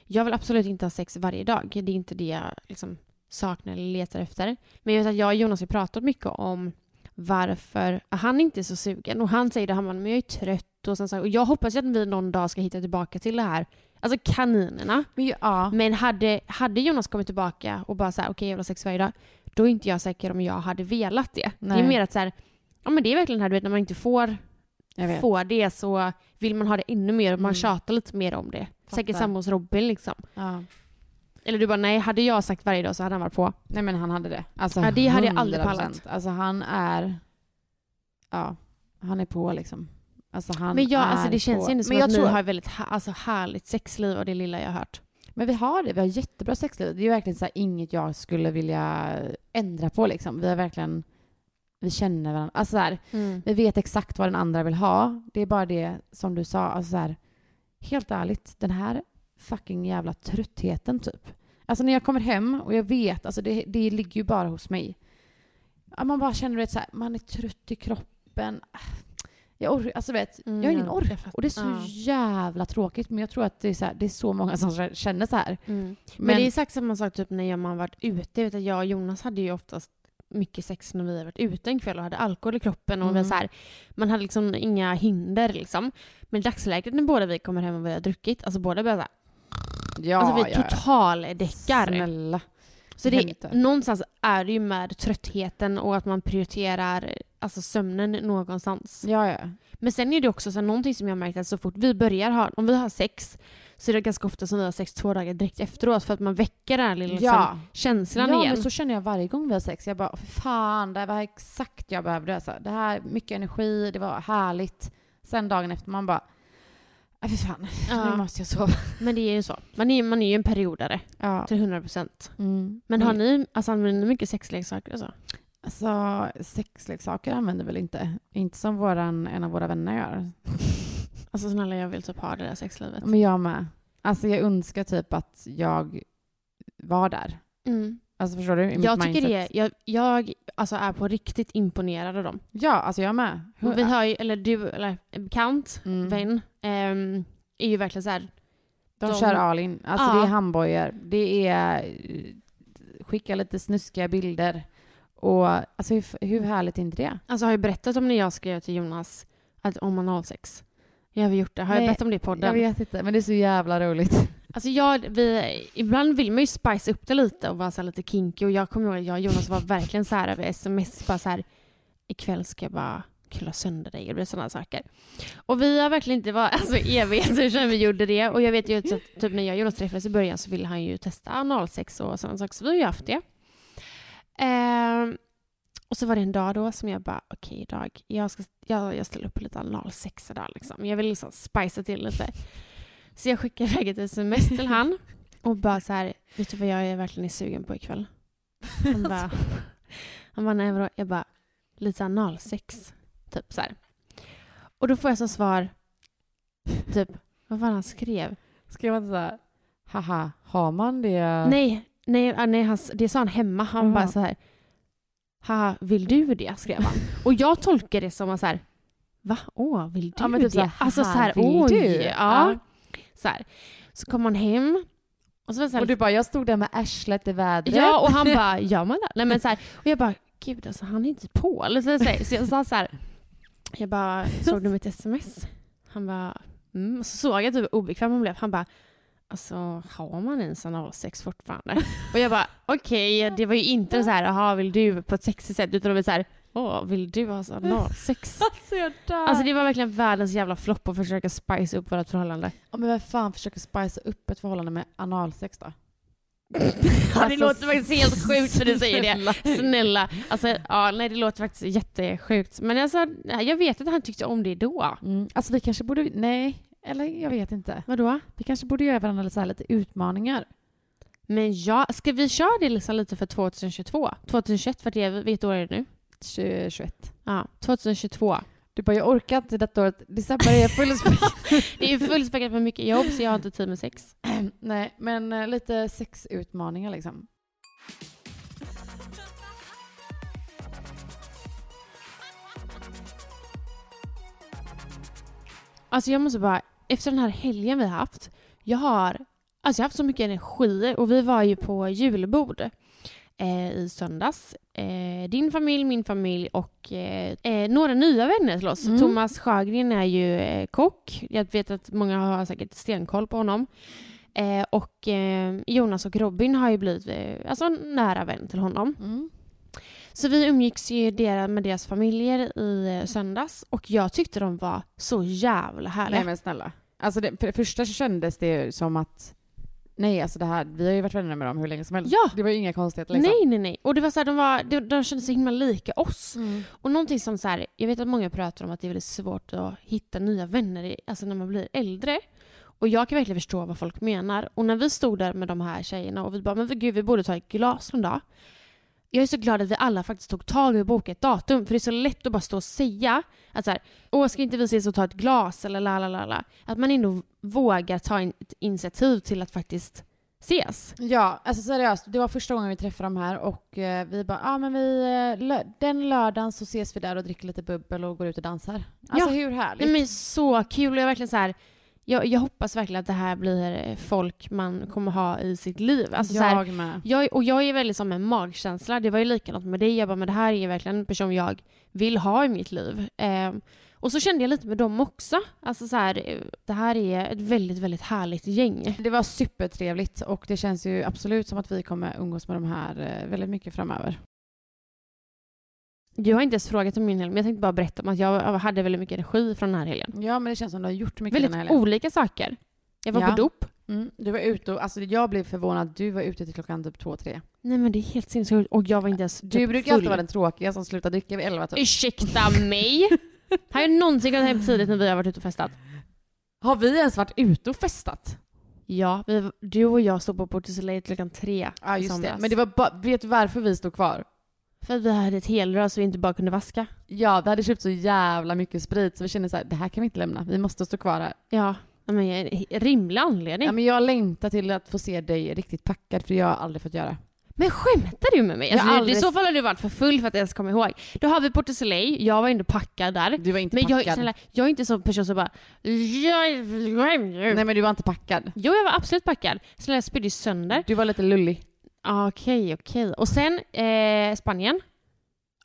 Speaker 4: jag vill absolut inte ha sex varje dag. Det är inte det jag liksom, saknar eller letar efter. Men jag vet att jag och Jonas har pratat mycket om varför han inte är så sugen. Och han säger det, han bara, men jag är trött nytt. Och, sen så, och jag hoppas ju att vi någon dag ska hitta tillbaka till det här. Alltså kaninerna.
Speaker 3: Men ju- ja.
Speaker 4: Men hade, hade Jonas kommit tillbaka och bara så här, okej jag vill ha sex varje dag. Då är inte jag säker om jag hade velat det. Det
Speaker 3: Nej.
Speaker 4: är mer att så här, ja men det är verkligen det här du vet när man inte får,
Speaker 3: Jag vet.
Speaker 4: får det så vill man ha det ännu mer och man
Speaker 3: Mm.
Speaker 4: tjatar lite mer om det.
Speaker 3: Fattar.
Speaker 4: Säkert samma hos Robin liksom.
Speaker 3: Ja.
Speaker 4: Eller du bara nej, hade jag sagt varje dag så hade han varit på.
Speaker 3: Nej men han hade det. Alltså,
Speaker 4: Ja, det hade jag aldrig
Speaker 3: 100%.
Speaker 4: pallat.
Speaker 3: Alltså han är... Ja, han är på liksom. Alltså han
Speaker 4: men jag,
Speaker 3: är
Speaker 4: alltså det känns
Speaker 3: på.
Speaker 4: ju ändå som
Speaker 3: men jag
Speaker 4: att ni
Speaker 3: tror,
Speaker 4: har ett väldigt ha- alltså, härligt sexliv och det lilla jag har hört.
Speaker 3: Men vi har det. Vi har jättebra sexliv. Det är ju verkligen så här, inget jag skulle vilja ändra på liksom. Vi har verkligen... Vi känner varandra. Alltså så här,
Speaker 4: Mm.
Speaker 3: vi vet exakt vad den andra vill ha. Det är bara det som du sa. Alltså så här, helt ärligt, den här fucking jävla tröttheten typ. Alltså när jag kommer hem och jag vet, alltså det, det ligger ju bara hos mig. Ja, Man bara känner, du vet, så här, man är trött i kroppen. Ah, Jag, orkar, alltså, du vet,
Speaker 4: Mm,
Speaker 3: jag har ingen
Speaker 4: jag-
Speaker 3: ork.
Speaker 4: jag fattar.
Speaker 3: Och det är så
Speaker 4: Ja.
Speaker 3: jävla tråkigt. Men jag tror att det är, så här, det är så många som känner så här.
Speaker 4: Mm.
Speaker 3: Men,
Speaker 4: Men, det är exakt samma sak typ när jag- man varit ute. Jag, vet att jag och Jonas hade ju oftast mycket sex när vi hade varit ute en kväll och hade alkohol i kroppen. Och vi
Speaker 3: Mm.
Speaker 4: så här, man hade liksom inga hinder. Liksom. Men i dagsläget när båda vi kommer hem och vi har druckit, alltså båda börjar så här,
Speaker 3: ja,
Speaker 4: alltså vi
Speaker 3: ja, ja.
Speaker 4: totaldäckar.
Speaker 3: Snälla.
Speaker 4: Så det,
Speaker 3: Hämtar.
Speaker 4: någonstans är det ju med tröttheten och att man prioriterar alltså, sömnen någonstans.
Speaker 3: Ja, ja.
Speaker 4: Men sen är det också så här, någonting som jag har märkt att så fort vi börjar ha, om vi har sex så är det ganska ofta som vi har sex två dagar direkt efteråt för att man väcker den här lilla liksom,
Speaker 3: ja.
Speaker 4: känslan
Speaker 3: ja,
Speaker 4: igen.
Speaker 3: men så känner jag varje gång vi har sex. Jag bara, "Åh, för fan, det här var exakt jag behövde. Alltså. Det här, mycket energi, det var härligt. Sen dagen efter man bara, "Äh, för fan, nu
Speaker 4: Ja,
Speaker 3: måste jag sova.
Speaker 4: men det är ju så. Man är, man är ju en periodare
Speaker 3: Ja.
Speaker 4: till 100 procent.
Speaker 3: Mm.
Speaker 4: Men har ni, alltså använder ni mycket sexleksaker och så?
Speaker 3: Alltså, sexleksaker använder väl inte? Inte som våran, en av våra vänner gör.
Speaker 4: Alltså snälla jag vill typ ha det där sexlivet.
Speaker 3: Men jag med. Alltså jag önskar typ att jag var där.
Speaker 4: Mm.
Speaker 3: Alltså förstår du? I mitt
Speaker 4: Jag tycker
Speaker 3: mindset.
Speaker 4: det, är- jag, jag alltså, är på riktigt imponerad av dem.
Speaker 3: Ja, alltså jag med.
Speaker 4: Och Vi har ju, eller du, eller en bekant,
Speaker 3: Mm.
Speaker 4: vän, ehm, är ju verkligen så här,
Speaker 3: De,
Speaker 4: De-
Speaker 3: kör all in. Alltså
Speaker 4: Ja.
Speaker 3: det är handbojor. Det är eh, skicka lite snuskiga bilder. Och alltså hur, f- hur härligt är inte det?
Speaker 4: alltså har jag berättat om när jag skrev till Jonas att om man har sex? Jag har väl gjort det, har
Speaker 3: Nej,
Speaker 4: jag berättat om det i podden?
Speaker 3: vet inte, men det är så jävla roligt.
Speaker 4: Alltså jag, vi, ibland vill man ju spice upp det lite och vara så här lite kinky och jag kommer ihåg att jag och Jonas var verkligen så här över sms bara så här ikväll ska jag bara kulla sönder dig och sådana saker. Och vi har verkligen inte varit, alltså evigheter sedan vi gjorde det och jag vet ju att typ när jag och Jonas träffades i början så ville han ju testa analsex och sådana saker så vi har ju haft det. Ehm, och så var det en dag då som jag bara okej idag, jag, ska, jag, jag ställer upp lite analsex idag liksom. Jag vill liksom spicea till lite. Så jag skickade iväg ett sms till han och bara så här, vet du vad jag är verkligen är sugen på ikväll? Han bara,
Speaker 3: Alltså.
Speaker 4: han bara nej vadå? Jag bara, lite analsex. Typ så här. Och då får jag som svar, typ, vad var det han skrev?
Speaker 3: Ska jag inte såhär, haha, har man det?
Speaker 4: Nej, nej, ah, nej han, s- det sa han hemma. Han
Speaker 3: Jaha.
Speaker 4: bara så här, haha, vill du det? skrev han. Och jag tolkar det som att så här, va? Åh, vill du
Speaker 3: Ja, men typ
Speaker 4: det?
Speaker 3: så här,
Speaker 4: alltså så
Speaker 3: "Haha,
Speaker 4: här,
Speaker 3: vill
Speaker 4: oj.
Speaker 3: du?"
Speaker 4: Ja.
Speaker 3: Ja.
Speaker 4: Så här. Så kom han hem. Och så var det så här,
Speaker 3: Och du bara, jag stod där med arslet i vädret.
Speaker 4: Ja, och han bara, gör man det? Nej, men så här, och jag bara, gud alltså han är inte på. Eller så, så, så jag sa så här, jag bara, såg du mitt sms? Han bara, mm. Och så såg jag typ hur obekväm han blev. Han bara, alltså har man ens analsex fortfarande? Och jag bara, okej, det var ju inte så här, jaha vill du på ett sexigt sätt, utan det var så här, åh vill du ha så analsex?
Speaker 3: Alltså jag dör.
Speaker 4: Alltså det var verkligen världens jävla flopp att försöka spice upp vårt förhållande.
Speaker 3: Ja, men vem fan försöker spicea upp ett förhållande med analsex då? Alltså,
Speaker 4: Ja, det låter faktiskt helt sjukt när du säger det. Snälla. Alltså, ja, nej, det låter faktiskt jättesjukt. Men alltså, nej, jag vet att han tyckte om det då.
Speaker 3: Mm. Alltså vi kanske borde, nej, eller jag vet inte.
Speaker 4: Vadå?
Speaker 3: Vi kanske borde göra varandra så här lite utmaningar.
Speaker 4: Men ja, ska vi köra det liksom lite för 2022? 2021, för det är, vilket år är det nu?
Speaker 3: 2021.
Speaker 4: Ja, 2022.
Speaker 3: Du bara, jag orkar inte detta året. December är fullspäckat.
Speaker 4: Det är ju fullspäckat med mycket jobb så jag har inte tid med sex.
Speaker 3: Nej, men eh, lite sexutmaningar liksom.
Speaker 4: Alltså jag måste bara, efter den här helgen vi har haft, jag har, alltså jag har haft så mycket energi och vi var ju på julbord. eh, i söndags. Eh, din familj, min familj och eh, eh, några nya vänner till oss.
Speaker 3: Mm.
Speaker 4: Thomas Sjögren är ju eh, kock. Jag vet att många har säkert stenkoll på honom. Eh, och eh, Jonas och Robin har ju blivit eh, alltså, nära vän till honom.
Speaker 3: Mm.
Speaker 4: Så vi umgicks ju dera- med deras familjer i eh, söndags och jag tyckte de var så jävla härliga.
Speaker 3: Nej men snälla. Alltså det, för det första så kändes det ju som att nej alltså det här, vi har ju varit vänner med dem hur länge som helst.
Speaker 4: Ja.
Speaker 3: Det var ju inga konstigheter liksom.
Speaker 4: Nej, nej, nej. Och det var så här, de, var, de, de kände sig himla lika oss. Och någonting som så här, jag vet att många pratar om att det är väldigt svårt att hitta nya vänner i, alltså när man blir äldre. Och jag kan verkligen förstå vad folk menar. Och när vi stod där med de här tjejerna och vi bara, men för gud vi borde ta ett glas någon dag. Jag är så glad att vi alla faktiskt tog tag i och bokade ett datum. För det är så lätt att bara stå och säga att så här, åh ska inte vi ses och ta ett glas eller la la la la. Att man ändå vågar ta in, ett initiativ till att faktiskt ses.
Speaker 3: Ja, alltså seriöst. Det var första gången vi träffade dem här och eh, vi bara, ja ah, men vi, eh, lö- den lördagen så ses vi där och dricker lite bubbel och går ut och dansar. Alltså hur härligt?
Speaker 4: Nej, men så kul. Och Jag, är verkligen så här, jag, jag hoppas verkligen att det här blir folk man kommer ha i sitt liv. Alltså, så här,
Speaker 3: jag med.
Speaker 4: jag, och jag är väldigt som en magkänsla. Det var ju likadant med dig. Jag bara, men det här är verkligen en person jag vill ha i mitt liv. Ehm, och så kände jag lite med dem också. Alltså, så här, eh, det här är ett väldigt, väldigt härligt gäng.
Speaker 3: Det var supertrevligt och det känns ju absolut som att vi kommer umgås med de här eh, väldigt mycket framöver.
Speaker 4: Du har inte ens frågat om min helg, men jag tänkte bara berätta om att jag hade väldigt mycket energi från den här helgen.
Speaker 3: Ja, men det känns som du har gjort mycket den här
Speaker 4: Väldigt
Speaker 3: helgen.
Speaker 4: olika saker. Jag var
Speaker 3: Ja.
Speaker 4: på dop.
Speaker 3: Mm, du var ute och, alltså jag blev förvånad. Du var ute till klockan typ två, tre.
Speaker 4: Nej men det är helt sinnessjukt. Och jag var inte ens
Speaker 3: Du
Speaker 4: typ
Speaker 3: brukar alltid
Speaker 4: full.
Speaker 3: vara den tråkiga som slutar dricka vid elva typ.
Speaker 4: Ursäkta mig? Har jag någonsin gått hem tidigt när vi har varit ute och festat?
Speaker 3: Har vi ens varit ute och festat?
Speaker 4: Ja, vi, du och jag stod på Portis Late klockan tre
Speaker 3: Ja,
Speaker 4: i
Speaker 3: just det.
Speaker 4: somras.
Speaker 3: Men det var ba- vet du varför vi stod kvar?
Speaker 4: För att vi hade ett helrör så vi inte bara kunde vaska.
Speaker 3: Ja, det hade köpt så jävla mycket sprit så vi kände så här, det här kan vi inte lämna. Vi måste stå kvar här.
Speaker 4: Ja, ja, men en rimlig anledning.
Speaker 3: Ja, men jag längtar till att få se dig riktigt packad för jag har aldrig fått göra.
Speaker 4: Men skämtar du med mig?
Speaker 3: Jag har
Speaker 4: Alltså, du-
Speaker 3: aldrig-
Speaker 4: I så fall har du varit för full för att ens komma ihåg. Då har vi Porto Soleil, jag var ändå packad där.
Speaker 3: Du var inte
Speaker 4: Men jag,
Speaker 3: packad.
Speaker 4: snälla, jag är inte sån person som bara... Jag är...
Speaker 3: Nej, men du var inte packad.
Speaker 4: Jo, jag var absolut packad. Snälla, jag spydde ju sönder.
Speaker 3: Du var lite lullig.
Speaker 4: Ah, Okej, okej. Och sen eh, Spanien.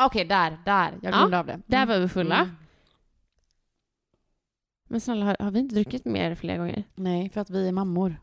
Speaker 3: Okej, där, där. Jag
Speaker 4: Ja,
Speaker 3: glömde av det.
Speaker 4: Där
Speaker 3: Mm.
Speaker 4: var vi fulla.
Speaker 3: Mm.
Speaker 4: Men snälla, har, har vi inte druckit mer flera gånger?
Speaker 3: Nej, för att vi är mammor.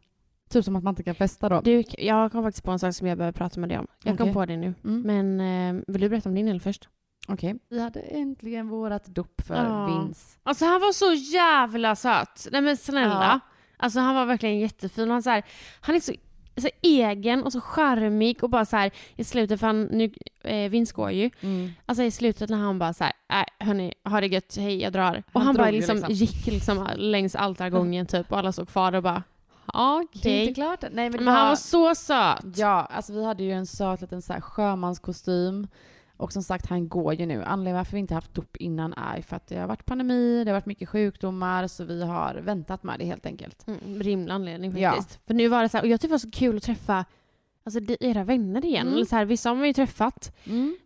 Speaker 3: Typ som att man inte kan festa då.
Speaker 4: Du, jag kom faktiskt på en sak som jag behöver prata med dig om. Jag kom
Speaker 3: Okej.
Speaker 4: på det nu.
Speaker 3: Mm.
Speaker 4: Men eh, vill du berätta om din helg först?
Speaker 3: Okej. Vi hade äntligen vårat dop för
Speaker 4: Ja.
Speaker 3: Vins.
Speaker 4: Alltså han var så jävla söt. Nej men snälla. Alltså han var verkligen jättefin. Han, så här, han är så, så egen och så charmig och bara så här i slutet, för han, nu, eh, Vince går ju.
Speaker 3: Mm.
Speaker 4: Alltså i slutet när han bara så här, äh, hörni, ha det gött, hej jag drar. Och
Speaker 3: Han
Speaker 4: han, bara
Speaker 3: drog ju
Speaker 4: liksom,
Speaker 3: liksom.
Speaker 4: gick liksom längs altargången typ och alla stod kvar och bara,
Speaker 3: Det är
Speaker 4: okej.
Speaker 3: inte klart än. Nej, men, det
Speaker 4: Men han
Speaker 3: var-
Speaker 4: var så söt.
Speaker 3: Ja, alltså vi hade ju en söt liten så här sjömanskostym. Och som sagt, han går ju nu. Anledningen varför vi inte haft dop innan är för att det har varit pandemi, det har varit mycket sjukdomar, så vi har väntat med det helt enkelt.
Speaker 4: Mm, rimlig anledning
Speaker 3: Ja.
Speaker 4: faktiskt. För nu var det så här, och jag tyckte det var så kul att träffa alltså, de- era vänner igen.
Speaker 3: Mm.
Speaker 4: Eller så här, vissa har man ju träffat.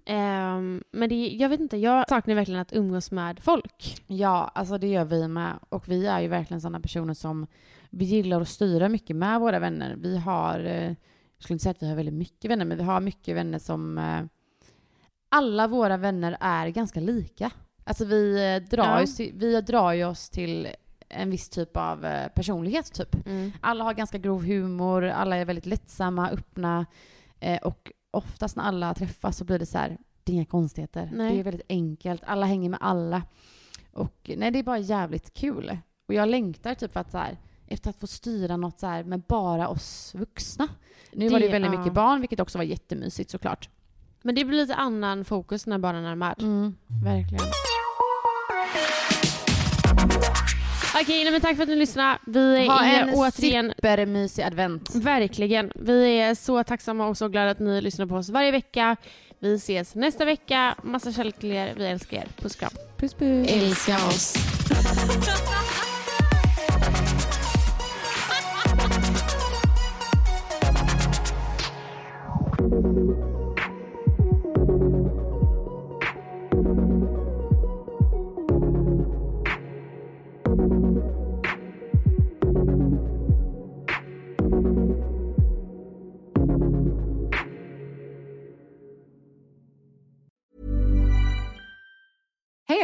Speaker 4: Ehm, men det, jag vet inte, jag saknar verkligen att umgås med folk.
Speaker 3: Ja, alltså det gör vi med. Och vi är ju verkligen sådana personer som vi gillar att styra mycket med våra vänner. Vi har, eh, jag skulle inte säga att vi har väldigt mycket vänner, men vi har mycket vänner som... eh, Alla våra vänner är ganska lika. Alltså vi eh, drar,
Speaker 4: Ja.
Speaker 3: ju, si- vi drar ju oss till en viss typ av eh, personlighet typ. Alla har ganska grov humor, alla är väldigt lättsamma, öppna eh, och oftast när alla träffas så blir det så här, det är inga konstigheter.
Speaker 4: Nej.
Speaker 3: Det är väldigt enkelt, alla hänger med alla. Och nej, det är bara jävligt kul. Och jag längtar typ för att så här, efter att få styra något så här med bara oss vuxna. Nu var det ju
Speaker 4: Det-
Speaker 3: väldigt
Speaker 4: ja.
Speaker 3: mycket barn, vilket också var jättemysigt såklart.
Speaker 4: Men det blir lite annan fokus när barnen är med.
Speaker 3: Mm. verkligen.
Speaker 4: Okej, nej, men tack för att ni lyssnade. Vi
Speaker 3: Ha
Speaker 4: är
Speaker 3: en
Speaker 4: återigen
Speaker 3: supermysig advent.
Speaker 4: Verkligen. Vi är så tacksamma och så glada att ni lyssnar på oss varje vecka. Vi ses nästa vecka. Massa kärlek till er. Vi älskar er. Puss kram.
Speaker 3: Puss puss.
Speaker 6: Älska oss.
Speaker 1: Hey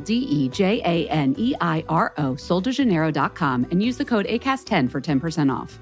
Speaker 1: D E J A N E I R O, soldejaneiro.com, and use the code ACAST10 for 10% off.